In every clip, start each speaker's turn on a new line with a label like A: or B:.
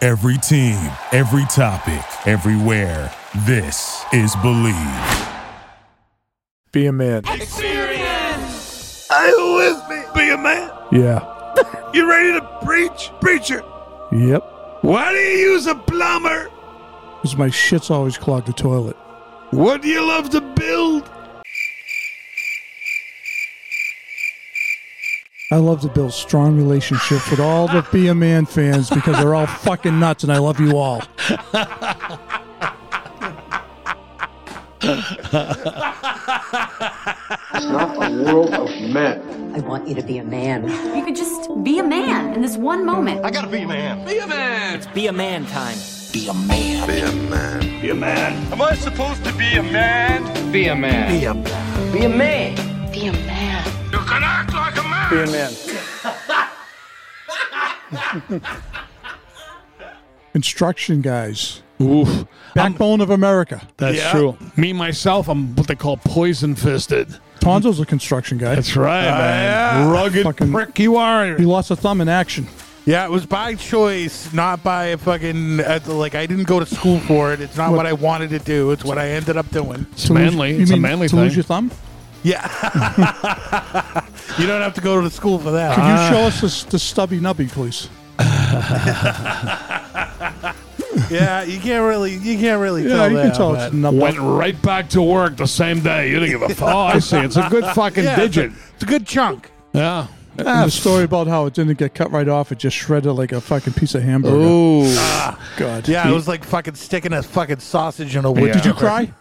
A: Every team, every topic, everywhere. This is Believe.
B: Be a man.
C: Hey, who is me? Be a man.
B: Yeah.
C: You ready to preach? Preacher.
B: Yep.
C: Why do you use a plumber?
B: Because my shit's always clogged the toilet.
C: What do you love to build?
B: I love to build strong relationships with all the Be a Man fans because they're all fucking nuts and I love you all.
D: not a world of men.
E: I want you to be a man.
F: You could just be a man in this one moment.
G: I gotta be a man. Be a man. It's be a man time.
C: Be a man.
G: Am I supposed to be a man? Be a man. Be a man.
E: Be a man.
F: Be a man.
C: You can act like a man.
B: Be a man. Instruction guys.
H: Oof.
B: Backbone of America.
H: That's
C: Yeah.
H: true. Uh, Me, myself, I'm what they call poison fisted. Uh,
B: Tonzo's a construction guy.
H: That's right, man. Rugged
B: Fucking-
H: prick you are.
B: He lost a thumb in action.
I: Yeah, it was by choice, not by a fucking uh, like I didn't go to school for it. It's not what, I wanted to do. It's what I ended up doing.
H: It's manly.
B: You
H: it's a
B: mean
H: manly
B: to
H: thing.
B: lose your thumb?
I: Yeah, you don't have to go to school for that.
B: Could
H: Ah.
B: you show us this, the stubby nubby, please?
I: yeah, you can't really, you can't really
B: Yeah,
I: tell
B: you
I: that.
B: can tell it's
I: but-
B: nubby.
H: Went right back to work the same day. You didn't give a fuck. Oh, I see. It's a good fucking
I: Yeah, it's a-
H: digit.
I: It's a good chunk.
H: Yeah.
B: And the story about how it didn't get cut right off, it just shredded like a fucking piece of hamburger. God.
I: Yeah, it was like fucking sticking a fucking sausage in a wood.
H: Yeah. Did you
B: Cry?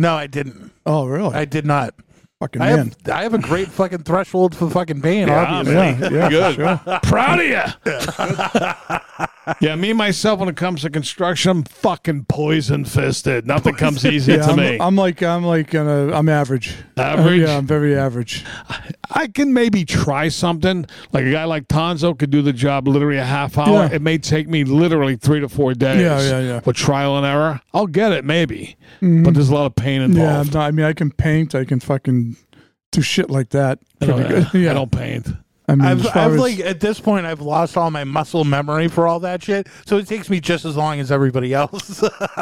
I: No, I didn't.
B: Oh, really?
I: I did not.
B: fucking
I: I
B: man.
I: have, I have a great fucking threshold for fucking pain. obviously.
B: yeah, yeah,
H: Good. Proud of you. yeah, me, myself, when it comes to construction, I'm fucking poison fisted. Nothing comes easy
B: Yeah,
H: to
B: I'm,
H: me. i
B: I'm like I'm like uh, I'm average. Uh,
H: Average?
B: yeah, I'm very average.
H: can maybe try something. Like a guy like Tonzo could do the job literally a half hour.
B: Yeah.
H: It may take me literally three to four days.
B: Yeah, yeah, yeah. Mm-hmm.
H: With trial and error, I'll get it maybe, but there's a lot of pain involved.
B: Yeah, I'm not, I mean I can paint. I can fucking do shit like that.
H: I
B: Pretty
H: don't-
B: good. Yeah,
H: I don't paint.
B: I mean,
I: I've,
B: as far
I: I've
B: as-
I: like at this point, I've lost all my muscle memory for all that shit, so it takes me just as long as everybody else.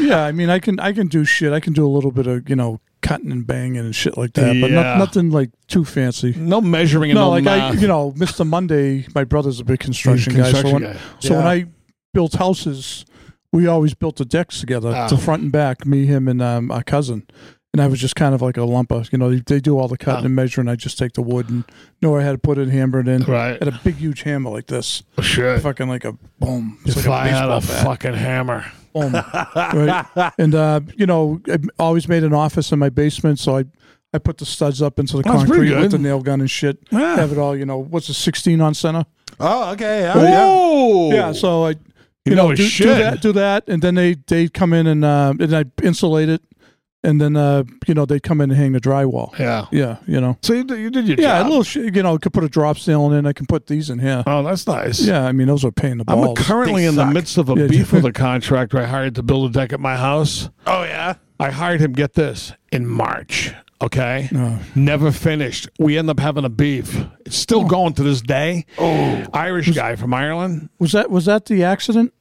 B: yeah, I mean I can I can do shit. I can do a little bit of you know cutting and banging and shit like that, but
H: Yeah.
B: not, nothing like too fancy.
H: No measuring and
B: No,
H: no,
B: like I,
H: math.
B: you know, Mr. Monday, my brother's a big construction, guy. So
H: construction
B: when,
H: guy.
B: so when I built houses, we always built the decks together, to
H: Ah.
B: front and back, me, him, and um, our cousin. And I was just kind of like a lumper. You know, they, they do all the
H: Ah.
B: cutting and measuring. I just take the wood and know where I had to put it, hammer it in.
H: Right.
B: Had a big, huge hammer like this.
H: Oh, Shit.
B: Fucking like a boom. It's
H: If
B: like
H: I
B: a
H: had
B: baseball
H: a
B: bat.
H: fucking hammer.
B: Boom. right. And, uh, you know, I always made an office in my basement. So I, I put the studs up into the
H: That's pretty
B: concrete with
H: good.
B: the nail gun and shit.
H: Yeah.
B: Have it all, you know, what's a 16 on center?
I: oh, okay. yeah, yeah.
H: Oh,
B: Yeah, so I, you,
H: know
B: know,
H: it
B: do, do
H: should.
B: that, do that, and then they they come in and uh, and I insulate it, and then uh, you know they come in and hang the drywall.
H: yeah.
B: Yeah, you know.
H: So you, did- you did your
B: Yeah,
H: job.
B: a little. Sh- you know, I could put a drop ceiling in. I can put these in here.
H: oh, that's nice.
B: Yeah, I mean those are a pain in the
H: I'm
B: balls.
H: currently
I: They
H: in the
I: suck.
H: midst of a
B: Yeah,
H: beef
B: do-
H: with a contractor I hired to build a deck at my house.
I: Oh yeah.
H: I hired him, get this, in March. Okay. Never finished. We end up having a beef. It's still going to this day. Oh. Irish guy from Ireland.
B: was that was that the accident?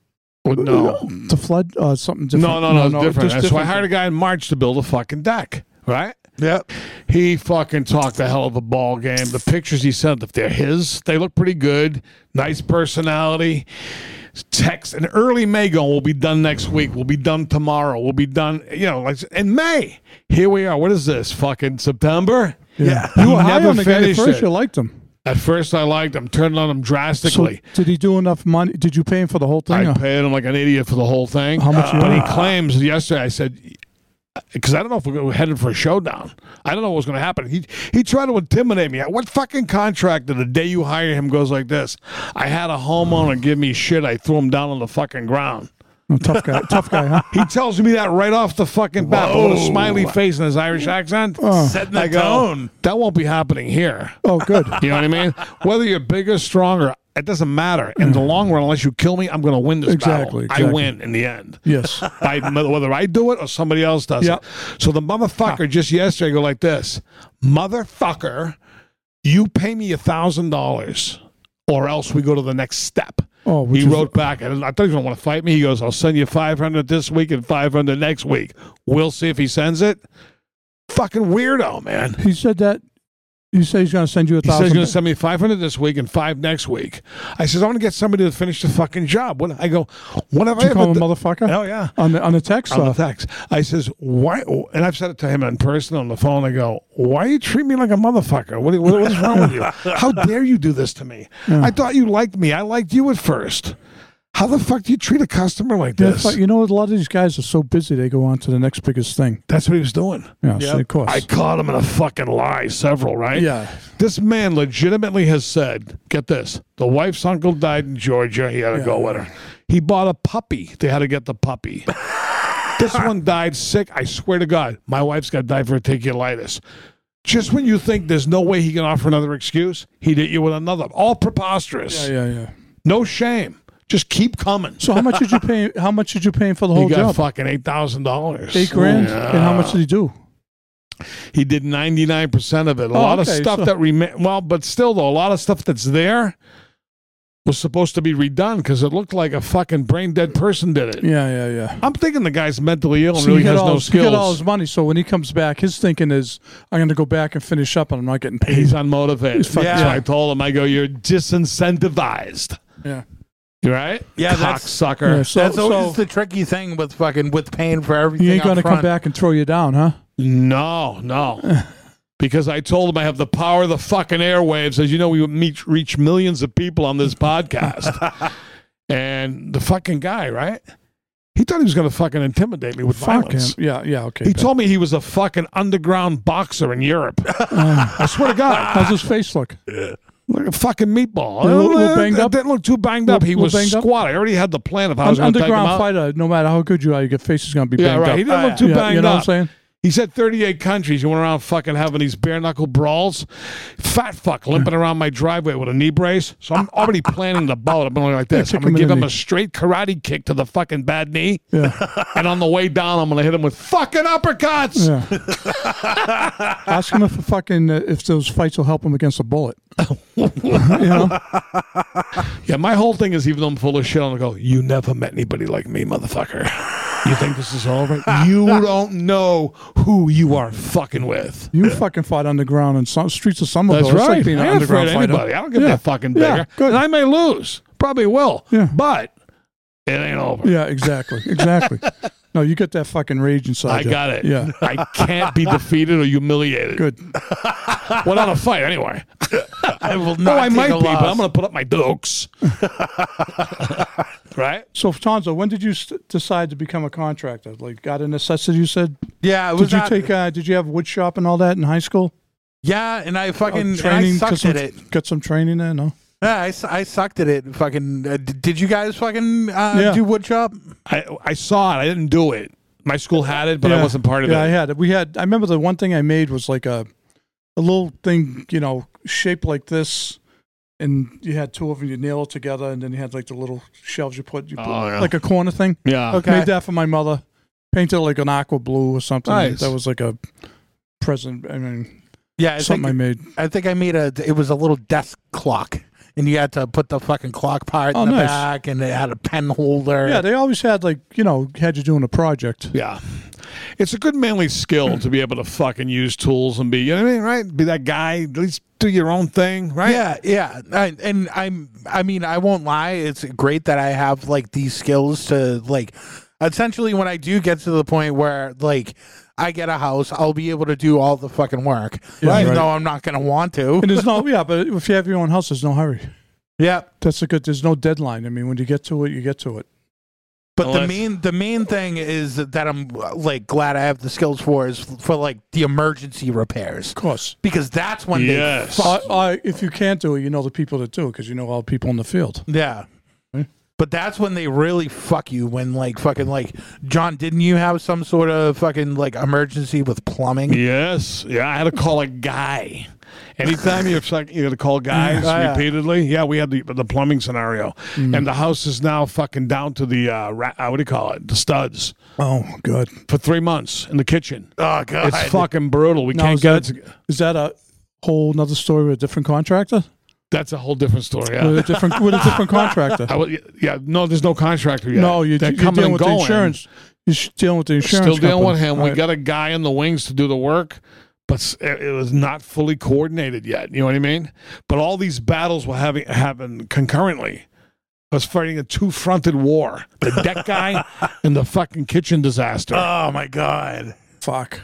H: Oh, no.
B: The flood? Uh, something different?
H: No, no, no, it's different.
B: just
H: So I hired a guy in March to build a fucking deck, right?
I: Yep.
H: He fucking talked a hell of a ball game. The pictures he sent, if they're his, they look pretty good. Nice personality. Text in early May going, we'll be done next week. We'll be done tomorrow. We'll be done, you know, like in May. Here we are. What is this? Fucking September?
B: Yeah,
H: You
B: you were high
H: never
B: on the guy at
H: finished
B: first.
H: it.
B: You liked him.
H: At first, I liked him, turned on him
B: So
H: drastically.
B: did he do enough money? Did you pay him for the whole thing? Oh,
H: I
B: or-
H: paid him like an idiot for the whole thing.
B: How much you
H: but he
B: owe?
H: claims yesterday, I said, because I don't know if we're headed for a showdown. I don't know what's going to happen. He he tried to intimidate me. What fucking contractor the day you hire him goes like this? I had a homeowner give me shit. I threw him down on the fucking ground.
B: Oh, tough guy. tough guy, huh?
H: He tells me that right off the fucking bat, but with a smiley face and his Irish accent.
I: Setting the
H: I go,
I: tone.
H: That won't be happening here.
B: Oh, good.
H: You know what I mean? Whether you're bigger, stronger, it doesn't matter. In the long run, unless you kill me, I'm going to win this battle.
B: Exactly, exactly.
H: I win in the end.
B: Yes.
H: By, whether I do it or somebody else does
B: Yeah.
H: it. So the motherfucker just yesterday go like this, motherfucker, you pay me a thousand dollars. or else we go to the next step.
B: Oh, which
H: he
B: is-
H: wrote back, and I thought he was going to want to fight me. He goes, I'll send you 500 this week and 500 next week. We'll see if he sends it. Fucking weirdo, man.
B: He said that. You say he's going to send you a
H: He says he's
B: thousand.
H: going to send me 500 this week and five next week. I says, I'm going to get somebody to finish the fucking job. What, I go, what have
B: Did
H: I
B: you call
H: ever
B: him a
H: done-
B: motherfucker?
H: Oh, yeah.
B: On the on the text
H: On the
B: stuff.
H: text. I says, why? And I've said it to him in person on the phone. I go, why you treat me like a motherfucker? What, what, what's wrong with you? How dare you do this to me? I thought you liked me. I liked you at first. How the fuck do you treat a customer like
B: Yeah,
H: this?
B: but you know, a lot of these guys are so busy they go on to the next biggest thing.
H: That's what he was doing.
B: Yeah, so of course.
H: I caught him in a fucking lie, several, right?
B: Yeah.
H: This man legitimately has said, get this, the wife's uncle died in Georgia. He had to go with her. He bought a puppy. They had to get the puppy. this one died sick. I swear to God, my wife's got diverticulitis. Just when you think there's no way he can offer another excuse, he hit you with another. All preposterous.
B: yeah, yeah.
H: No shame. Just keep coming.
B: So how much did you pay? How much did you pay him for the
H: he
B: whole
H: got
B: job?
H: fucking $8,000.
B: Eight grand. And how much did he do?
H: He did 99% of it. A
B: Oh,
H: lot
B: okay,
H: of stuff
B: so-
H: that remain well, but still though, a lot of stuff that's there was supposed to be redone because it looked like a fucking brain dead person did it.
B: Yeah, yeah, yeah.
H: I'm thinking the guy's mentally ill and
B: So
H: really
B: got
H: has
B: all,
H: no
B: he got all
H: skills.
B: his money. So when he comes back, his thinking is, "I'm going to go back and finish up, and I'm not getting paid."
H: He's unmotivated.
B: He's fucking-
H: So
B: Yeah.
H: I told him, I go, you're disincentivized.
B: Yeah.
H: You right?
I: Yeah, that's-
H: cocksucker.
B: Yeah, so-
I: That's always
B: so-
I: the tricky thing with fucking with paying for everything.
B: You ain't
I: up
B: going to come
I: front.
B: back and throw you down, huh?
H: No, no. Because I told him I have the power of the fucking airwaves. As you know, we meet, reach millions of people on this podcast. and the fucking guy, right? He thought he was going to fucking intimidate me with
B: Fuck him.
H: violence.
B: Yeah, yeah. Okay.
H: He
B: Pat.
H: told me he was a fucking underground boxer in Europe. I swear to God.
B: How's his face look?
H: Like a fucking meatball.
B: Did it look a little
H: Uh,
B: banged
H: it
B: up?
H: Didn't look too banged
B: Little-
H: up. He
B: little
H: was
B: banged up?
H: squat. I already had the plan of how I was
B: An
H: going to take him
B: underground
H: out.
B: fighter, no matter how good you are, your face is going to be
H: Yeah,
B: banged
H: right.
B: up. Uh,
H: He didn't look too
B: yeah,
H: banged
B: you know
H: up.
B: what I'm saying?
H: He said 38 countries. You went around fucking having these bare knuckle brawls. Fat fuck limping around my driveway with a knee brace. So I'm already planning the bout. I'm going like this.
B: Kick
H: I'm going
B: him in
H: to give
B: the
H: him
B: knee.
H: a straight karate kick to the fucking bad knee.
B: Yeah.
H: And on the way down, I'm going to hit him with fucking uppercuts.
B: Yeah. Ask him if the fucking uh, if those fights will help him against a bullet. you know?
H: Yeah, my whole thing is even though I'm full of shit, I'm going to go, you never met anybody like me, motherfucker. You think this is all right? You don't know who you are fucking with.
B: You fucking fought underground in some streets of Somerville.
H: That's
B: It's like
H: right.
B: being an
H: I ain't afraid
B: underground
H: of
B: fighter.
H: anybody. I don't give
B: yeah.
H: that fucking
B: Yeah,
H: bigger.
B: good.
H: and I may lose. Probably will.
B: Yeah.
H: But it ain't over.
B: Yeah, exactly. Exactly. no, you got that fucking rage inside.
H: I
B: you.
H: got it.
B: Yeah.
H: I can't be defeated or humiliated.
B: Good.
H: Well, not a fight anyway.
I: I will
H: No,
I: not.
H: I
B: Oh,
I: take
H: might
I: a
H: be, but
I: loss.
H: I'm going to put up my dukes. right?
B: So, Tonzo, when did you st- decide to become a contractor? Like, out of necessity, you said.
I: Yeah, it was
B: Did you
I: not-
B: take? Uh, did you have wood shop and all that in high school?
I: Yeah, and I
B: Oh,
I: fucking and I
B: training, got
I: sucked
B: some,
I: at it.
B: got some training there. No,
I: Yeah, I, su- I sucked at it. Fucking, uh, d- did you guys fucking uh,
B: Yeah.
I: do wood shop?
H: I, I saw it. I didn't do it. My school had it, but I wasn't part of
B: yeah, I
H: it.
B: had it. We had. I remember the one thing I made was like a, a little thing, you know, shaped like this, and you had two of them. You nail it together, and then you had like the little shelves you put, you put
H: Oh, yeah.
B: like a corner thing.
H: yeah.
I: Okay.
B: Made that for my mother. Painted like an aqua blue or something.
H: Nice.
B: That was like a present. I mean,
I: Yeah, I
B: something
I: think,
B: I made.
I: I think I made a. It was a little desk clock, and you had to put the fucking clock part
B: Oh,
I: in the
B: nice.
I: back, and it had a pen holder.
B: Yeah, they always had like you know had you doing a project.
H: Yeah. It's a good manly skill to be able to fucking use tools and be, you know what I mean, right? Be that guy. At least do your own thing, right?
I: Yeah, yeah, I, and I'm. I mean, I won't lie. It's great that I have like these skills to like. Essentially, when I do get to the point where like I get a house, I'll be able to do all the fucking work,
B: Yeah,
I: even
B: right.
I: though I'm not going to want to.
B: And there's no yeah, but if you have your own house, there's no hurry.
I: yeah,
B: That's a good. There's no deadline. I mean, when you get to it, you get to it.
I: but the
H: Unless-
I: main the main thing is that I'm like glad I have the skills for is for like the emergency repairs
B: Of course.
I: because that's when
H: Yes.
I: they
B: I,
I: fuck.
B: I, if you can't do it, you know the people that do it because you know all the people in the field.
I: Yeah.
H: Hmm?
I: But that's when they really fuck you when like fucking like John, didn't you have some sort of fucking like emergency with plumbing?
H: Yes. Yeah, I had to call a guy. Anytime you're fucking, you had to call guys
I: Oh, yeah.
H: repeatedly. Yeah, we had the, the plumbing scenario,
B: Mm.
H: and the house is now fucking down to the uh, ra- uh, what do you call it? The studs
B: Oh, good.
H: for three months in the kitchen.
I: Oh god.
H: It's fucking brutal. We
B: Now,
H: can't
B: is
H: get
B: that,
H: it. To-
B: is that a whole nother story with a different contractor?
H: That's a whole different story.
B: with
H: Yeah.
B: a different with a different contractor.
H: I would- yeah, no, there's no contractor yet.
B: No, you're,
H: They're
B: you're dealing with the insurance. You're sh- dealing with the insurance.
H: Still dealing
B: company.
H: with him. We
B: Right.
H: got a guy in the wings to do the work, but s- it it was not fully coordinated yet. You know what I mean? But all these battles were having happened concurrently. I was fighting a two fronted war: the deck guy and the fucking kitchen disaster.
B: Uh,
I: Oh my god.
B: fuck.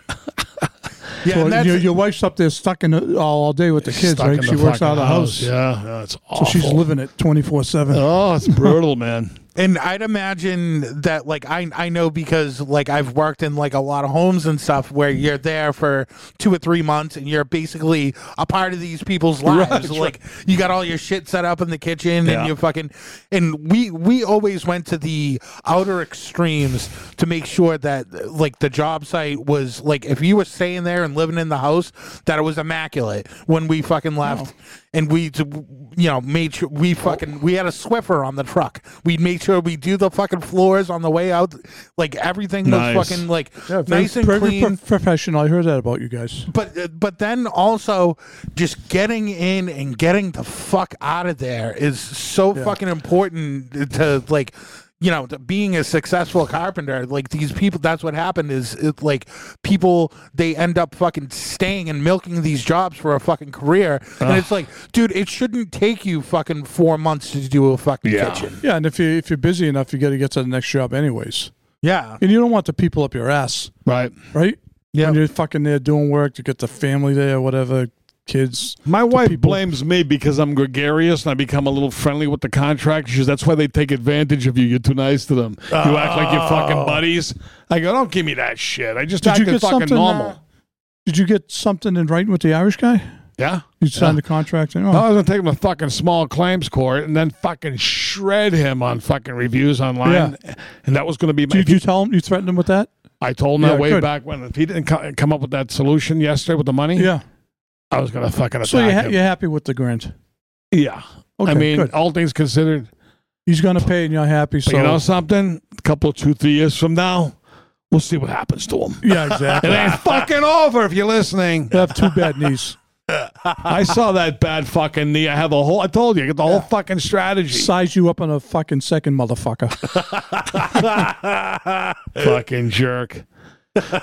I: Yeah,
B: So
I: and that's-
B: your, your wife's up there stuck in the, all, all day with the kids,
H: Stuck
B: right?
H: in
B: She
H: the
B: works out of
H: fucking
B: the house,
H: Yeah, that's
B: so
H: awful.
B: she's living it twenty four seven.
H: Oh, it's brutal, man.
I: and I'd imagine that like I I know because like I've worked in like a lot of homes and stuff where you're there for two or three months and you're basically a part of these people's lives. like you got all your shit set up in the kitchen
H: Yeah.
I: and you fucking and we we always went to the outer extremes to make sure that like the job site was like if you were staying there and living in the house that it was immaculate when we fucking left and we t- you know made sure we fucking we had a Swiffer on the truck we made sure we do the fucking floors on the way out like everything
H: Nice.
I: was fucking like
B: Very-
I: nice and
B: very
I: clean
B: pro- professional. I heard that about you guys.
I: but but then also just getting in and getting the fuck out of there is so fucking important to like you know to being a successful carpenter like these people that's what happened is it, like people they end up fucking staying and milking these jobs for a fucking career and it's like dude it shouldn't take you fucking four months to do a fucking
H: Yeah.
I: kitchen
B: Yeah, and if you if you're busy enough, you got to get to the next job anyways,
I: yeah
B: and you don't want the people up your ass,
H: Right.
B: right?
I: Yeah.
B: when you're fucking there doing work, you get the family there, whatever, kids.
H: My wife
B: people-
H: blames me because I'm gregarious and I become a little friendly with the contractors. That's why they take advantage of you. You're too nice to them. You act like you're fucking buddies. I go, don't give me that shit. I just
B: Oh. Did you get
H: acted fucking
B: something,
H: normal.
B: uh, Did you get something in writing with the Irish guy?
H: yeah.
B: You signed the contract. And, oh,
H: I was gonna take him to fucking small claims court and then fucking shred him on fucking reviews online, and that was gonna be my.
B: Did you tell him? You threatened him with that?
H: I told him that
B: Yeah,
H: way
B: good.
H: back when. If he didn't co- come up with that solution yesterday with the money,
B: Yeah.
H: I was gonna fucking attack
B: So you're, ha-
H: him.
B: you're happy with the grant?
H: yeah.
B: Okay,
H: I mean,
B: good.
H: all things considered,
B: He's gonna pay, and you're happy. So
H: But you know something? A couple, two, three years from now, we'll see what happens to him.
B: yeah,
H: It
B: exactly.
H: ain't fucking over if you're listening.
B: You have two bad knees.
H: I saw that bad fucking knee. I have a whole. I told you, I got the whole fucking strategy.
B: Size you up on a fucking second, motherfucker.
H: fucking jerk.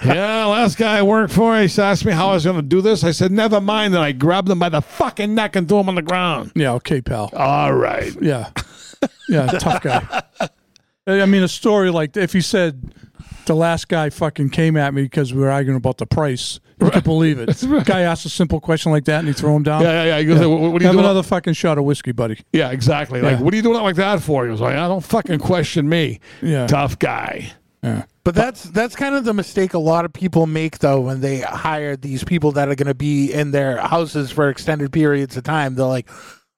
H: yeah, last guy I worked for, he asked me how I was going to do this. I said, never mind. And I grabbed him by the fucking neck and threw him on the ground.
B: Yeah, okay, pal.
H: All right.
B: Yeah, yeah, tough guy. I mean, a story like if he said the last guy fucking came at me because we were arguing about the price, you could believe it. Guy asked a simple question like that, and he threw him down.
H: Yeah, yeah, yeah. He goes, What, what are you
B: Have
H: doing?
B: another fucking shot of whiskey, buddy.
H: yeah, exactly. Like,
B: Yeah.
H: what are you doing like that for? He was like, I don't fucking question me.
B: Yeah.
H: Tough guy.
I: But that's that's kind of the mistake a lot of people make though when they hire these people that are going to be in their houses for extended periods of time. They're like,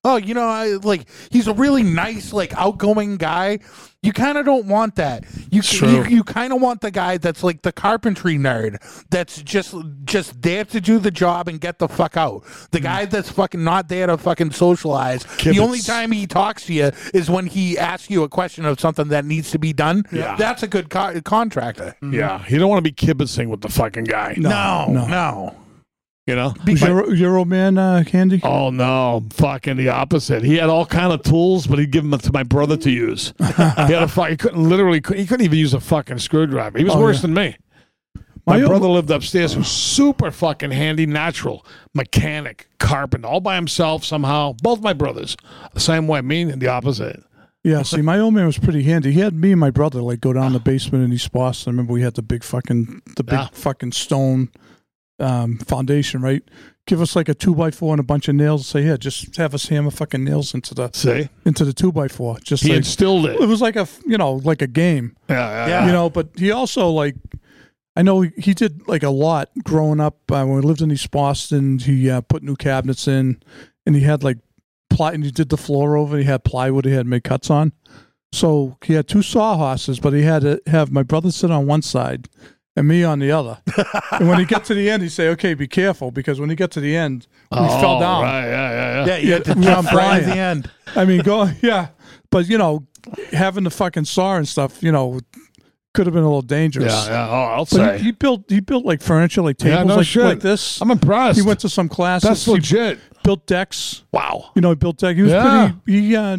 I: "Oh, you know, I like he's a really nice, like outgoing guy." You kind of don't want that. You you, you kind of want the guy that's like the carpentry nerd that's just just there to do the job and get the fuck out. The guy that's fucking not there to fucking socialize. The only
H: Kibitz.
I: time he talks to you is when he asks you a question of something that needs to be done.
H: Yeah.
I: That's a good co- contractor.
H: Yeah. You don't want to be kibitzing with the fucking guy.
I: No, no.
H: You know?
B: Was your, your old man uh, handy?
H: Oh no, fucking the opposite. He had all kind of tools, but he'd give them to my brother to use. he had a fuck. He couldn't literally. cou- He couldn't even use a fucking screwdriver. He was
B: Oh,
H: worse
B: yeah.
H: than me. My,
B: My-
H: brother lived upstairs. Who's super fucking handy, natural mechanic, carpenter, all by himself somehow. Both my brothers, the same way. Me and the opposite.
B: Yeah, see, my old man was pretty handy. He had me and my brother like go down the basement in East Boston. I remember we had the big fucking the big
H: Yeah.
B: fucking stone um, foundation, right? Give us like a two by four and a bunch of nails. Say, yeah, just have us hammer fucking nails into the
H: See,
B: into the two by four. Just
H: he
B: like,
H: instilled it.
B: it was like a f- you know like a game,
H: Yeah, yeah,
I: Yeah.
H: yeah.
B: you know. But he also like I know he did like a lot growing up. Uh, when we lived in East Boston, he uh, put new cabinets in, and he had like ply and he did the floor over. He had plywood. He had made cuts on. So he had two sawhorses, but he had to have my brother sit on one side and me on the other. and when he got to the end, he'd say, "Okay, be careful," because when he got to the end, we fell
H: Oh,
B: down.
H: Right, yeah, yeah, yeah.
I: Yeah, you had to
B: Yeah,
I: jump
B: I'm
I: right at
B: Brian.
I: the end.
B: I mean, go yeah, but you know, having the fucking saw and stuff, you know, could have been a little dangerous.
H: Yeah, yeah. Oh, I'll
B: But
H: say.
B: he, he built he built like furniture, like tables,
H: no
B: like,
H: shit.
B: like this.
H: I'm impressed.
B: he went to some classes.
H: That's
B: he,
H: legit.
B: built decks.
H: Wow.
B: You know, he built decks. He was
H: Yeah.
B: pretty. He, uh, I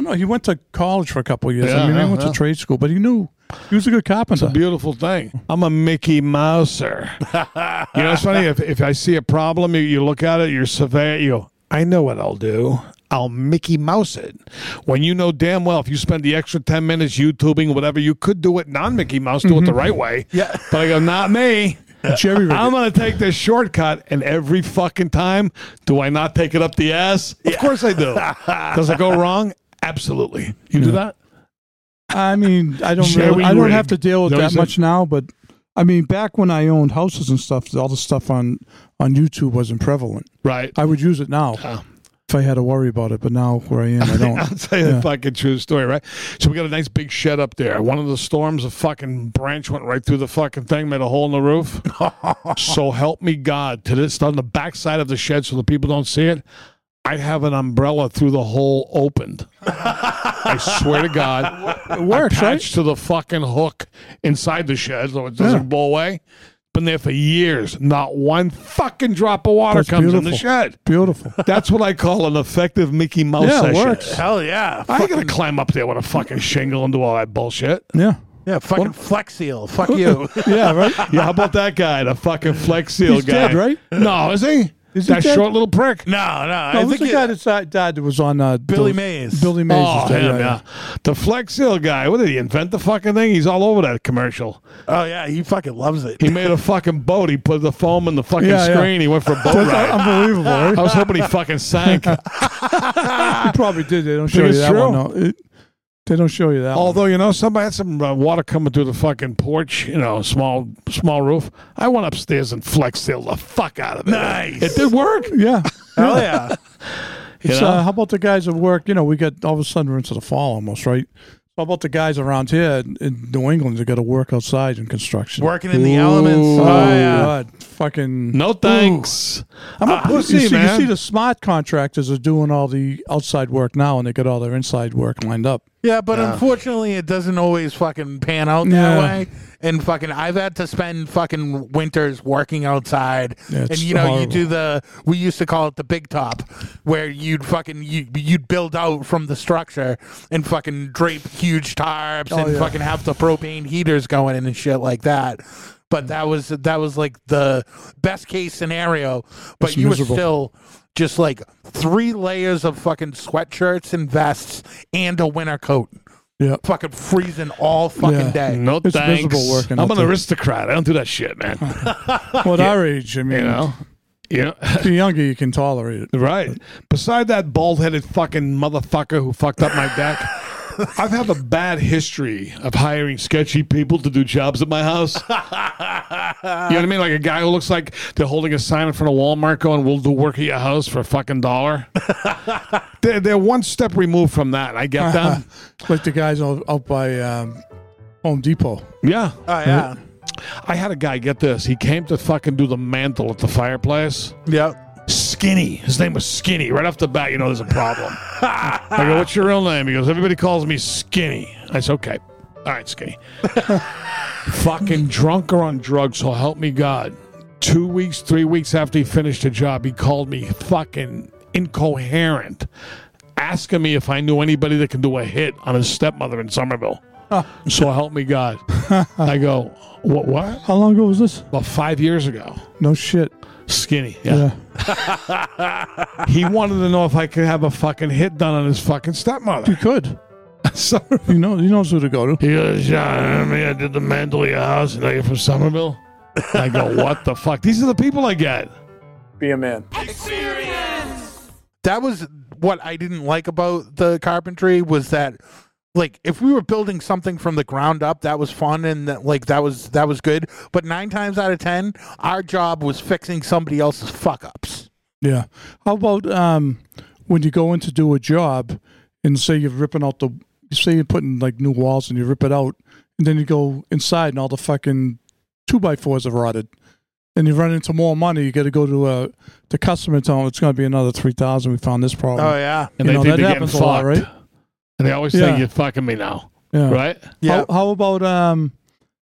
B: don't know. He went to college for a couple of years.
H: Yeah,
B: I mean,
H: yeah,
B: he went
H: yeah.
B: to trade school, but he knew he was a good
H: It's
B: carpenter.
H: a beautiful thing. I'm a Mickey Mouser. you know, it's funny. If, if I see a problem, you, you look at it, you survey it, you go, I know what I'll do. I'll Mickey Mouse it. When you know damn well, if you spend the extra 10 minutes YouTubing, whatever, you could do it non Mickey Mouse, do it the right way.
I: Yeah.
H: But I go, not me.
B: Jerry rigged
H: I'm
B: it.
H: going to take this shortcut. And every fucking time, do I not take it up the ass? Of course I do. Does it go wrong? Absolutely. You do that?
B: I mean, I don't.
H: Jerry
B: Really, I don't
H: rigged.
B: have to deal with
H: Is that what
B: that
H: you
B: much
H: said?
B: now, but I mean, back when I owned houses and stuff, all the stuff on on YouTube wasn't prevalent.
H: Right.
B: I would use it now
H: Oh.
B: if I had to worry about it, but now where I am, I
H: I'll
B: don't.
H: tell you the
B: Yeah.
H: fucking true story, right? So we got a nice big shed up there. One of the storms, a fucking branch went right through the fucking thing, made a hole in the roof. so help me God. To this on the backside of the shed so the people don't see it. I have an umbrella through the hole opened. I swear to God. It
B: works, right?
H: Attached to the fucking hook inside the shed so it doesn't
B: Yeah.
H: blow away. Been there for years. Not one fucking drop of water
B: That's
H: comes in the
B: beautiful.
H: shed.
B: Beautiful.
H: That's what I call an effective Mickey Mouse
B: Yeah, it
H: session.
B: works.
I: Hell yeah.
H: I ain't gonna climb up there with a fucking shingle and do all that bullshit.
B: Yeah.
I: Yeah, fucking Flex Seal. Fuck you.
H: Yeah, right. yeah, how about that guy, the fucking Flex Seal
B: He's
H: guy?
B: dead, right?
H: No, is he?
B: Is he
H: that
B: dead?
H: short little prick?
I: No, no.
B: No,
I: I
B: who's
I: think
B: the
I: it-
B: guy that si- died that was on uh,
I: Billy
B: those-
I: Mays.
B: Billy Mays.
H: Oh,
B: is dead,
H: him,
B: yeah, yeah.
H: yeah. The Flex Seal guy. What did he invent the fucking thing? He's all over that commercial.
I: oh yeah, he fucking loves it.
H: He made a fucking boat. He put the foam in the fucking
B: Yeah, yeah.
H: screen. He went for a boat
B: That's
H: ride.
B: unbelievable. eh?
H: I
B: Right?
H: was hoping he fucking sank.
B: He probably did. They don't show
H: Think
B: you
H: it's
B: that one.
H: true?
B: No. It- they don't show you that. one.
H: Although you know, somebody had some uh, water coming through the fucking porch. You know, small small roof. I went upstairs and Flex Seal the fuck out of it.
I: Nice.
H: It did work.
B: Yeah.
I: Hell yeah.
B: It's,
H: know?
B: uh, how about the guys at work? You know, we got all of a sudden we're into the fall almost, right? How about the guys around here in- in New England that got to work outside in construction?
I: Working in the elements.
B: Oh,
I: Oh yeah.
B: God. Fucking.
H: No thanks. I'm a pussy,
B: you see,
H: man.
B: you see the smart contractors are doing all the outside work now and they got all their inside work lined up.
I: Yeah, but unfortunately, it doesn't always fucking pan out
B: Yeah.
I: that way. And fucking, I've had to spend fucking winters working outside.
B: Yeah, it's
I: and you know, you
B: horrible.
I: do the we used to call it the big top, where you'd fucking you you'd build out from the structure and fucking drape huge tarps and
B: Oh, yeah.
I: fucking have the propane heaters going in and shit like that. But that was that was like the best case scenario. But
B: It's
I: you
B: miserable.
I: were still just like three layers of fucking sweatshirts and vests and a winter coat
B: Yeah.
I: fucking freezing all fucking
B: Yeah.
I: day.
H: No
B: It's
H: thanks.
B: miserable working
H: I'm
B: out
H: an
B: there.
H: aristocrat. I don't do that shit, man.
B: Well, at our age, I mean,
H: you know. Yeah.
B: the younger you can tolerate it.
H: Right. Beside that bald headed fucking motherfucker who fucked up my deck, I've had a bad history of hiring sketchy people to do jobs at my house. you know what I mean? Like a guy who looks like they're holding a sign in front of Walmart going, We'll do work at your house for a fucking dollar. they're, they're one step removed from that. I get
B: Uh-huh.
H: them.
B: Like the guys out, out by um, Home Depot.
H: yeah.
I: Oh yeah,
H: I had a guy get this. He came to fucking do the mantle at the fireplace.
I: yep.
H: Skinny. His name was Skinny. Right off the bat, you know there's a problem. I go, what's your real name? He goes, everybody calls me Skinny. I said, okay. All right, Skinny. fucking drunk or on drugs, so help me God. Two weeks, three weeks after he finished the job, he called me fucking incoherent, asking me if I knew anybody that can do a hit on his stepmother in Somerville. So help me God. I go, what? What?
B: How long ago was this?
H: About five years ago.
B: No shit.
H: Skinny. Yeah. he wanted to know if I could have a fucking hit done on his fucking
B: You
H: stepmother.
B: could.
H: so
B: You know, he knows who to go to.
H: he goes, yeah, I mean, I did the mantle at your house and now you're from Somerville. And I go, what the fuck? These are the people I get.
B: Be a man.
I: That was what I didn't like about the carpentry was that like if we were building something from the ground up, that was fun and that like that was that was good. But nine times out of ten, our job was fixing somebody else's fuck ups.
B: Yeah. How about um, when you go in to do a job and say you're ripping out the, say you're putting like new walls and you rip it out, and then you go inside and all the fucking two by fours are rotted. And you run into more money, you got to go to uh, the customer and tell them it's going to be another 3000 We found this problem.
I: Oh yeah,
B: You
H: And they
B: know,
H: think
B: that
H: they're getting
B: happens a lot,
H: fucked.
B: right?
H: And they always
B: Yeah.
H: think you're fucking me now.
B: Yeah.
H: Right?
I: yeah.
B: How, how about um,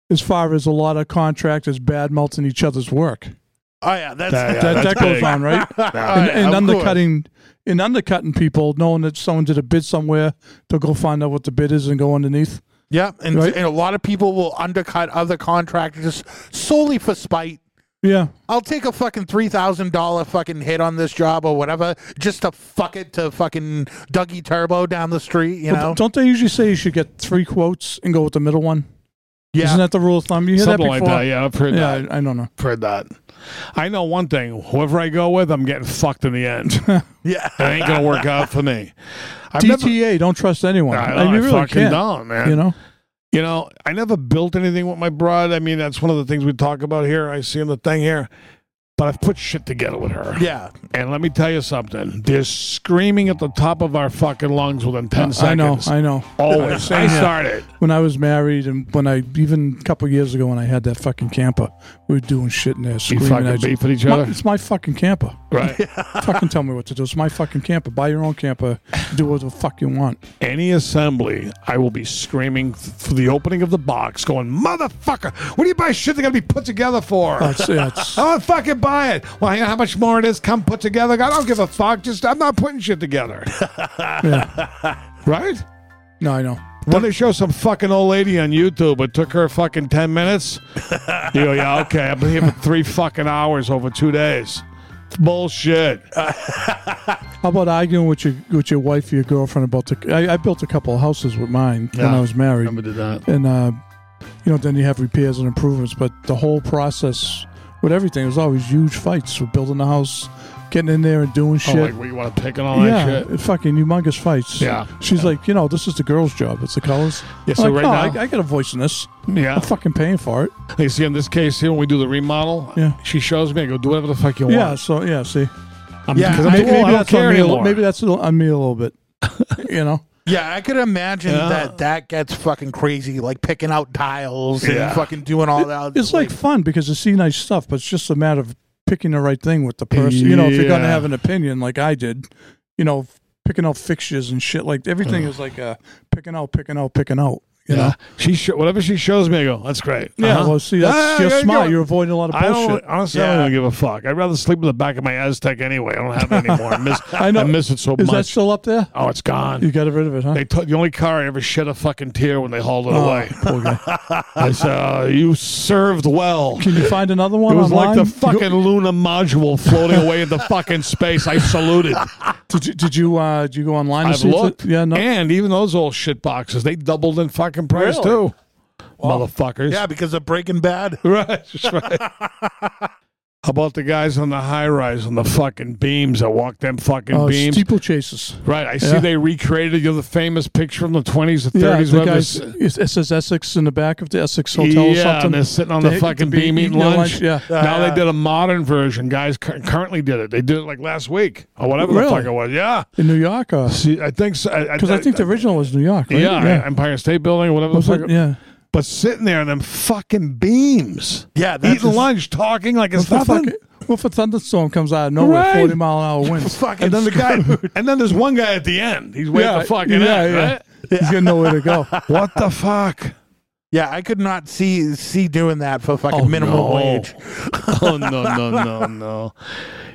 B: as far as a lot of contractors bad mouthing each other's work?
I: Oh yeah, that's
H: Yeah, yeah,
B: that,
H: that's
B: that goes
H: big.
B: on, right?
I: Oh,
B: and,
I: yeah,
B: and
I: of course.
B: undercutting and undercutting people, knowing that someone did a bid somewhere, they'll go find out what the bid is and go underneath.
I: Yeah, and,
B: Right?
I: and a lot of people will undercut other contractors solely for spite.
B: Yeah,
I: I'll take a fucking three thousand dollar fucking hit on this job or whatever, just to fuck it to fucking Dougie Turbo down the street. You
B: But
I: know?
B: don't they usually say you should get three quotes and go with the middle one? Isn't that the rule of thumb? You hear
H: Something
B: that
H: like
B: before?
H: that. Yeah, I've heard
B: Yeah,
H: that.
B: I, I don't know.
H: I've heard that. I know one thing. Whoever I go with, I'm getting fucked in the end. it
I: yeah.
H: ain't gonna work out for me. I've never,
B: DTA, don't trust anyone.
H: I,
B: And
H: I
B: you really
H: fucking
B: can't.
H: don't, man.
B: You know,
H: You know, I never built anything with my broad. I mean, that's one of the things we talk about here. I see in the thing here. But I've put shit together with her.
I: Yeah.
H: And let me tell you something. They're screaming at the top of our fucking lungs within 10
B: I know,
H: seconds.
B: I know.
H: Always. I started.
B: When I was married, and when I even a couple years ago, when I had that fucking camper, we were doing shit in there, screaming
H: fucking
B: at
H: beef with each
B: My-
H: other?
B: It's my fucking camper.
H: Right.
B: fucking tell me what to do. It's my fucking camper. Buy your own camper. Do what the fuck you want.
H: Any assembly, I will be screaming th- for the opening of the box, going, motherfucker, what do you buy shit they're going to be put together for?
B: That's that's
H: I don't fucking buy it. Well, hang on, how much more it is? Come put together. I don't give a fuck. Just I'm not putting shit together. Right?
B: no, I know.
H: Then they show some fucking old lady on YouTube. It took her fucking ten minutes. you go, yeah, okay. I've been here for three fucking hours over two days. It's bullshit.
B: How about arguing with your with your wife or your girlfriend about the? I, I built a couple of houses with mine when I was married,
H: did that.
B: and uh, you know, then you have repairs and improvements. But the whole process with everything it was always huge fights with building the house, getting in there and doing
H: Oh,
B: shit.
H: like we want to pick and all
B: yeah,
H: that shit.
B: fucking humongous fights.
H: Yeah.
B: she's like, you know, this is the girl's job. It's the colors.
H: Yeah, so
B: I'm like,
H: right
B: no,
H: now-
B: I, I got a voice in this.
H: Yeah.
B: I'm fucking paying for it.
H: You see, in this case here, when we do the remodel,
B: Yeah.
H: she shows me. I go, do whatever the fuck you
B: Yeah,
H: want.
B: so yeah, see,
H: I'm,
I: Yeah,
H: 'cause I'm
B: maybe,
H: too old, I
B: maybe
H: don't
B: that's on me.
H: care
B: A,
H: anymore.
B: little- maybe that's a little- on me a little bit. you know,
I: Yeah, I could imagine
H: Yeah.
I: that that gets fucking crazy, like picking out tiles
H: Yeah.
I: and fucking doing all that.
B: it's like fun because you see nice stuff, but it's just a matter of picking the right thing with the person. You know, if you're gonna
H: Yeah.
B: have an opinion like I did, you know, picking out fixtures and shit like everything
H: Mm.
B: is like uh, picking out, picking out, picking out. You
H: yeah.
B: know,
H: She sho- whatever she shows me, I go, that's great.
B: yeah.
H: Uh-huh.
B: Well, see, that's
H: Ah,
B: you're
H: there you
B: smart.
H: go.
B: You're avoiding a lot of
H: I don't
B: bullshit.
H: honestly. I
I: Yeah.
H: don't even give a fuck. I'd rather sleep in the back of my Aztec anyway. I don't have it anymore. I miss. I,
B: know.
H: miss it so
B: Is that
H: much.
B: still up there?
H: oh, it's gone.
B: You got rid of it, huh?
H: They took the only car I ever shed a fucking tear when they hauled it
B: Oh.
H: away.
B: Poor guy.
H: I said, oh, "You served well."
B: Can you find another one
H: It was
B: online?
H: like the fucking Luna module floating away into fucking space. I saluted.
B: Did you did you uh, did you go online? to
H: I've
B: see if it-
H: looked.
B: Yeah, no.
H: And even those old shit boxes, they doubled in fucking price
I: Really?
H: too. Motherfuckers.
I: yeah, because of Breaking Bad.
H: Right. That's right. How about the guys on the high rise on the fucking beams that walk them fucking
B: Oh,
H: beams?
B: steeplechases.
H: Right. I see
B: Yeah.
H: they recreated you know, the famous picture from the 20s, the 30s,
B: the
H: whatever.
B: guys, it's- it says Essex in the back of the Essex Hotel or
H: yeah,
B: something.
H: and they're sitting on
B: They
H: the
B: hit the
H: fucking
B: beam,
H: beam eating
B: eating their
H: lunch.
B: lunch, yeah.
H: now they did a modern version. Guys cur- currently did it. They did it like last week or whatever the
B: Really?
H: fuck it was. Yeah.
B: in New York, because
H: See, I think so. Because
B: I, think the original was New York, right?
H: yeah, Empire State Building, whatever
B: Was
H: the
B: it?
H: fuck.
B: yeah.
H: But sitting there on them fucking beams,
I: Yeah, that's
H: eating
I: just-
H: lunch, talking like it's
B: What, the
H: nothing.
B: fuck, what if a thunderstorm comes out of nowhere,
H: Right.
B: forty mile an hour winds?
I: Fucking
H: and then the guy, and then there's one guy at the end. He's waiting the fucking
B: yeah,
H: end.
B: yeah.
H: right?
B: He's got nowhere to go.
H: What the fuck?
I: Yeah, I could not see see doing that for fucking minimum
H: no.
I: wage.
H: Oh no no no no!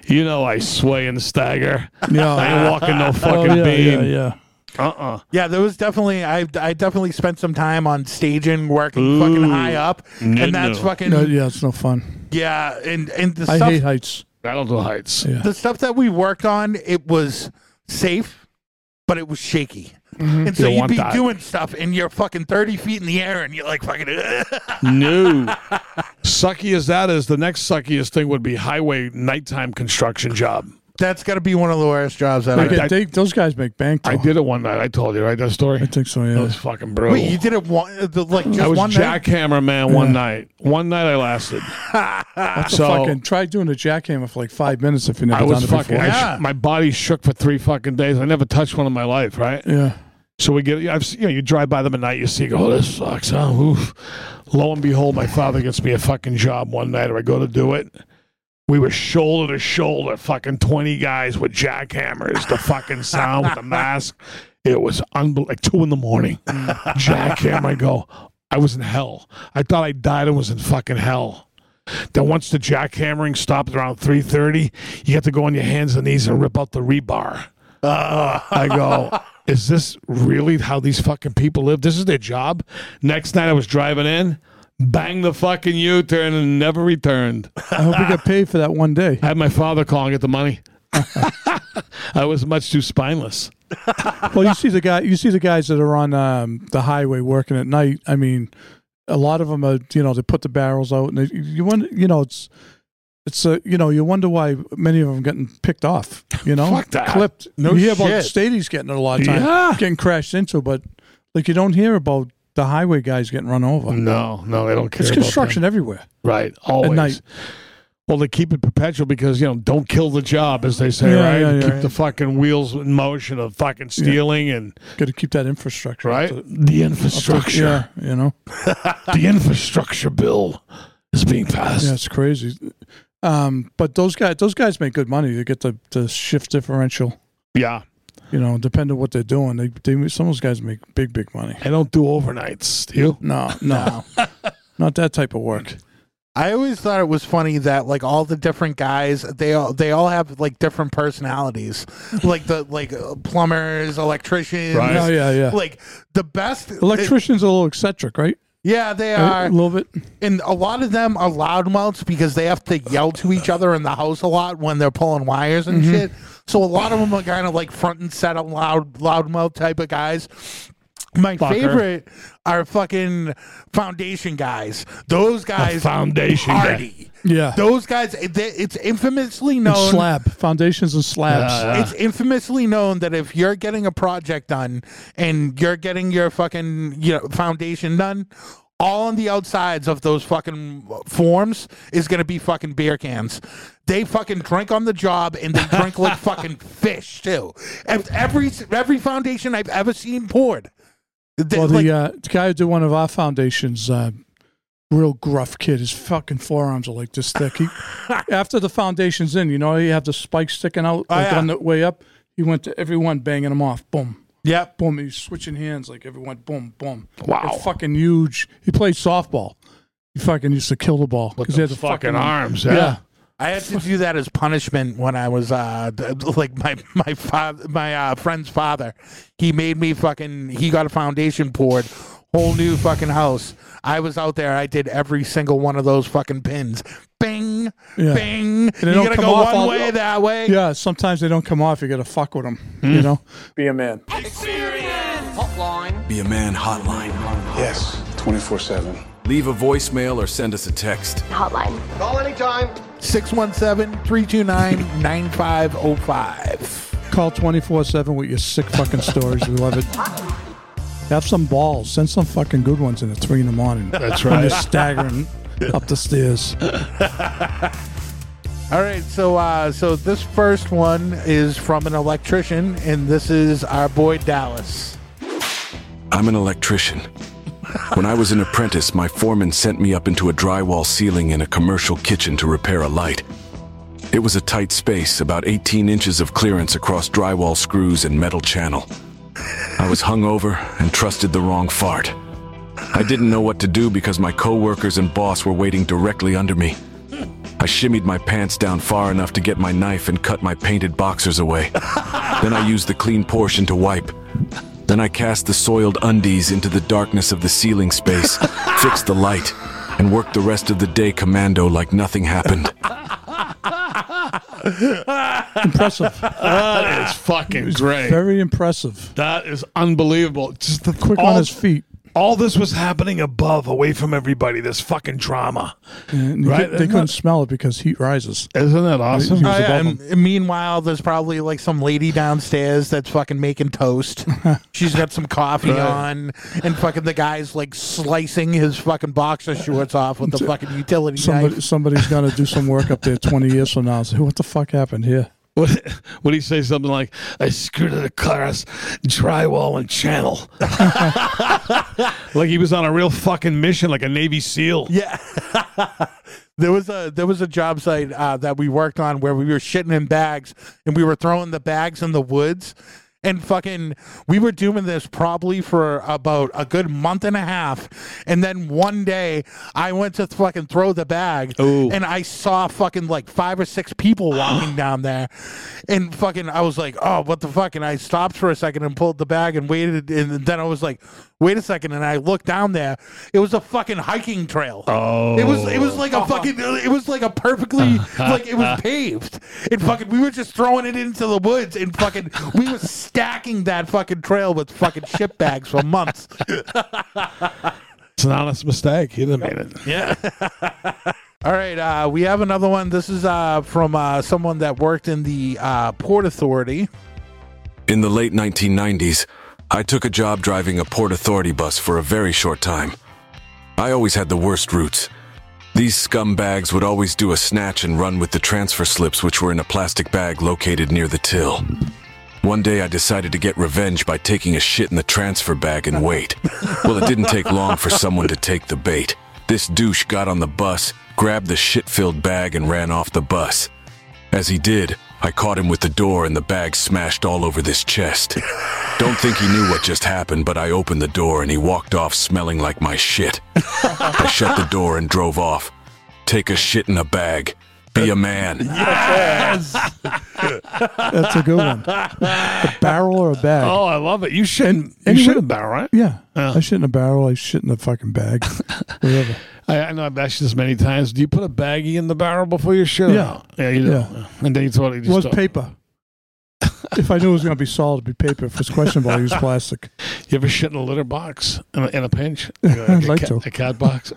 H: You know I sway and stagger.
B: Yeah.
H: I ain't walking no
B: Oh, yeah,
H: fucking
B: yeah,
H: beam.
B: yeah.
H: Uh uh
I: Yeah, there was definitely I I definitely spent some time on staging working fucking high up,
H: No,
I: and that's
H: no.
I: fucking
B: No, yeah, it's no fun.
I: yeah, and and the
B: I
I: stuff
B: hate heights.
H: I don't do heights.
B: Yeah.
I: the stuff that we worked on it was safe, but it was shaky. And so
H: You
I: you'd
H: want
I: be
H: that.
I: doing stuff, and you're fucking thirty feet in the air, and you're like fucking.
H: No. sucky as that is, the next suckiest thing would be highway nighttime construction job.
I: That's got to be one of the worst jobs
B: They
I: ever.
B: get-
H: I-
B: they- those guys make bank.
H: I
I: Oh.
B: though.
H: did it one night. I told you right that story.
B: I think so.
H: That
B: Yeah.
H: was fucking brutal.
I: Wait, you did it one uh, the- like just
H: I was
I: one night?
H: jackhammer man one
B: Yeah.
H: night. One night I lasted.
B: That's
H: so-
B: a fucking try doing a jackhammer for like five minutes if you never
H: I
B: done
H: was
B: it
H: fucking.
B: before.
H: I sh-
I: Yeah.
H: my body shook for three fucking days. I never touched one in my life. Right.
B: yeah.
H: So we get. I've se- you know you drive by them at night. You see. you Go. Oh, this sucks. Huh? Oof. Lo and behold, my father gets me a fucking job one night. Or I go to do it. We were shoulder to shoulder, fucking twenty guys with jackhammers. The fucking sound with the mask. It was unbel- like two in the morning. Jackhammer. I go. I was in hell. I thought I died and was in fucking hell. that once the jackhammering stopped around 3.30, you have to go on your hands and knees and rip out the rebar. I go, is this really how these fucking people live? This is their job? Next night I was driving in, bang the fucking U-turn and never returned.
B: I hope we get paid for that one day.
H: I had my father call and get the money. I was much too spineless.
B: Well, you see the guy. You see the guys that are on um, the highway working at night. I mean, a lot of them are. You know, they put the barrels out, and they, you wonder. You know, it's it's a. You know, you wonder why many of them getting picked off. You know,
H: Fuck that.
B: clipped.
H: No
B: you hear about
H: shit.
B: Stadies getting it a lot of time,
H: Yeah.
B: getting crashed into, but like you don't hear about the highway guys getting run over.
H: No, no, they don't care.
B: It's
H: about
B: construction everywhere.
H: them. right? Always.
B: night.
H: Well, they keep it perpetual because you know, don't kill the job, as they say,
B: Yeah,
H: right?
B: yeah, yeah,
H: keep
B: right.
H: the fucking wheels in motion of fucking stealing and
B: Got to keep that infrastructure up
H: right
B: to- up
H: the
B: to-
H: infrastructure.
B: Yeah, you know.
H: the infrastructure bill is being passed.
B: Yeah, it's crazy. Um, but those guys, those guys make good money. They get the, the shift differential.
H: Yeah.
B: You know, depending on what they're doing, they, they some of those guys make big, big money.
H: I don't do overnights. Do you?
B: No, no, not that type of work.
I: I always thought it was funny that like all the different guys, they all they all have like different personalities, like the like uh, plumbers, electricians,
H: Right.
B: Oh yeah, yeah.
I: like the best
B: Electricians are a little eccentric, right?
I: yeah, they
B: A
I: are.
B: little bit.
I: And a lot of them are loudmouths because they have to yell to each other in the house a lot when they're pulling wires and
H: Mm-hmm.
I: shit. So a lot of them are kind of like front and set up loud, loudmouth type of guys. My favorite are fucking foundation guys. Those guys,
H: foundation guy.
I: party.
B: Yeah.
I: Those guys, they, it's infamously
B: And
I: known.
B: slab foundations and slabs.
I: It's infamously known that if you're getting a project done and you're getting your fucking you know foundation done, all on the outsides of those fucking forms is gonna be fucking beer cans. They fucking drink on the job and they drink like fucking fish too. Ev- Every every foundation I've ever seen poured. They-
B: well, the,
I: like-
B: uh, the guy who did one of our foundations, uh, real gruff kid, his fucking forearms are like this thick. He, after the foundation's in, you know, you have the spikes sticking out like,
I: yeah.
B: on the way up. He went to everyone banging them off. Boom,
I: yep.
B: boom. He's switching hands like everyone. Boom, boom.
H: Wow.
B: They're fucking huge. He played softball. He fucking used to kill the ball because he had the
H: fucking arms.
B: Yeah.
H: Yeah.
I: I had to do that as punishment when I was uh d- like my my father my uh, friend's father. He made me fucking he got a foundation poured, whole new fucking house. I was out there. I did every single one of those fucking pins. Bing,
B: Yeah.
I: bing. You
B: don't
I: gotta
B: come
I: go
B: off
I: one
B: all-
I: way that way.
B: Yeah, sometimes they don't come off. You got to fuck with them, you know.
J: Be a Man Hotline.
C: Yes, 24 7.
J: Leave a voicemail or send us a text.
F: Hotline.
I: 617-329-9505.
B: Call 24 7 with your sick fucking stories. We love it. Have some balls. Send some fucking good ones in at 3 in the morning. That's right. When you're staggering up the stairs.
I: All right, so uh so this first one is from an electrician and this is our boy Dallas.
J: I'm an electrician. When I was an apprentice, my foreman sent me up into a drywall ceiling in a commercial kitchen to repair a light. It was a tight space, about 18 inches of clearance across drywall screws and metal channel. I was hungover and trusted the wrong fart. I didn't know what to do because my coworkers and boss were waiting directly under me. I shimmied my pants down far enough to get my knife and cut my painted boxers away. then I used the clean portion to wipe. Then I cast the soiled undies into the darkness of the ceiling space, fixed the light, and worked the rest of the day commando like nothing happened.
B: Impressive.
H: That is fucking great.
B: Very impressive.
H: that is unbelievable. Just the
B: Quick
H: all,
B: on his feet.
H: All this was happening above, away from everybody. This fucking drama.
B: And you
H: Right,
B: could- they
H: isn't
B: couldn't
H: that-
B: smell it because heat rises.
H: Isn't that awesome?
I: Oh, yeah, and and meanwhile, there's probably like some lady downstairs that's fucking making toast. She's got some coffee on, and fucking the guy's like slicing his fucking boxer shorts off with the fucking utility
B: Somebody,
I: knife.
B: somebody's going to do some work up there 20 years from now. and Say, what the fuck happened here?
H: What would he say? Something like, "I screwed it across drywall and channel." like he was on a real fucking mission, like a Navy SEAL.
I: Yeah. There was a there was a job site uh, that we worked on where we were shitting in bags and we were throwing the bags in the woods, And fucking, we were doing this probably for about a good month and a half. And then one day I went to fucking throw the bag and I saw fucking like five or six people walking down there. And fucking, I was like, oh, what the fuck? And I stopped for a second and pulled the bag and waited. And then I was like, wait a second. And I looked down there. It was a fucking hiking trail. Oh. It was, it was like a fucking, it was like a perfectly, like it was paved. And fucking, we were just throwing it into the woods and fucking, we were stacking that fucking trail with fucking shit bags for months.
H: It's an honest mistake. You didn't mean it.
I: All right, uh, we have another one. This is uh, from uh, someone that worked in the uh, Port Authority.
J: In the late 1990s, I took a job driving a Port Authority bus for a very short time. I always had the worst routes. These scumbags would always do a snatch and run with the transfer slips, which were in a plastic bag located near the till. One day I decided to get revenge by taking a shit in the transfer bag and wait. Well, it didn't take long for someone to take the bait. This douche got on the bus, grabbed the shit filled bag, and ran off the bus. As he did, I caught him with the door and the bag smashed all over his chest. Don't think he knew what just happened, but I opened the door and he walked off smelling like my shit. I shut the door and drove off. Take a shit in a bag. Be a man.
B: That's a good one. A barrel or a bag?
H: Oh, I love it. You shouldn't. You
B: Anyway-
H: should have been right.
B: Yeah. I shit in a barrel. I shit in a fucking bag. Whatever.
H: I, I know I've asked you this many times. Do you put a baggie in the barrel before you shit?
B: Yeah.
H: yeah, you do.
B: Yeah.
H: And then you totally just
B: was
H: don't-
B: paper. if I knew it was going to be solid, it'd be paper. If it's questionable, I use plastic.
H: You ever shit in a litter box in a, in a pinch?
B: I'd like
H: a, cat-
B: to.
H: A cat box.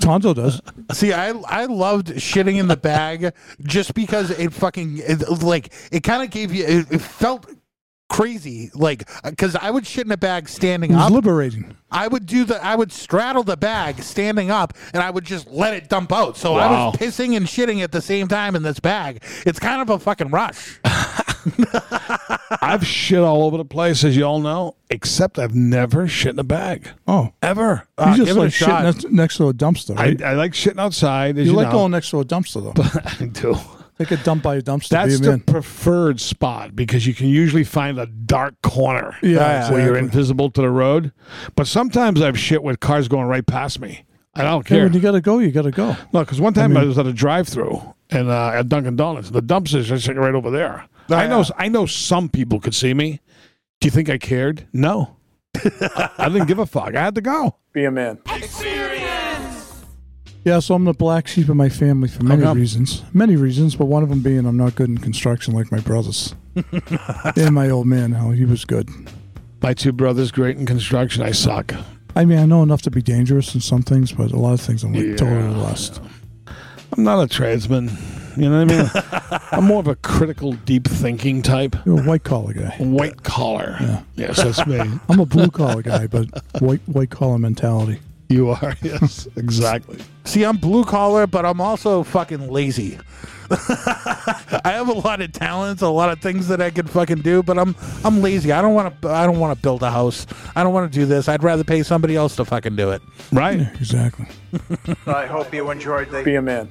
B: Tonto does.
H: Uh,
I: See, I I loved shitting in the bag just because it fucking it, like it kind of gave you it, it felt crazy like because I would shit in a bag standing
B: It was
I: up.
B: liberating.
I: I would do the I would straddle the bag standing up and I would just let it dump out. So I
H: Wow.
I: was pissing and shitting at the same time in this bag. It's kind of a fucking rush.
H: I've shit all over the place, as you all know, except I've never shit in a bag.
B: Oh.
H: Ever.
B: You
H: Uh,
B: just
I: give it a
B: like shit
I: shot.
B: next, next to a dumpster,
H: I,
B: right?
H: I like shitting outside. As
B: you
H: you,
B: like
H: know.
B: going next to a dumpster, though.
H: I do.
B: Take a dump by a dumpster.
H: That's
B: be a
H: the
B: man.
H: preferred spot because you can usually find a dark corner
B: Yeah,
H: where you're
B: exactly.
H: invisible to the road. But sometimes I've shit with cars going right past me. I don't
B: Yeah,
H: care.
B: when you got to go, you got to go.
H: No, because one time I, was at a drive-through and uh, at Dunkin' Donuts, the dumpsters are sitting right over there.
B: Oh,
H: I know. I know some people could see me. Do you think I cared? No, I didn't give a fuck. I had to go.
B: Be a man. Yeah, so I'm the black sheep of my family for many
H: come?
B: reasons. Many reasons, but one of them being I'm not good in construction like my brothers. and my old man, how he was good.
H: My two brothers, great in construction. I suck.
B: I mean, I know enough to be dangerous in some things, but a lot of things I'm like totally lost.
H: I'm not a tradesman. You know what I mean? I'm more of a critical, deep thinking type.
B: You're a white collar guy.
H: White collar. Yes, that's me.
B: I'm a blue collar guy, but white white collar mentality.
H: you are. Yes, exactly.
I: See, I'm blue collar, but I'm also fucking lazy. I have a lot of talents, a lot of things that I could fucking do, but I'm I'm lazy. I don't want to. I don't want to build a house. I don't want to do this. I'd rather pay somebody else to fucking do it.
H: Right.
B: Exactly.
G: I hope you enjoyed the
B: Be a man.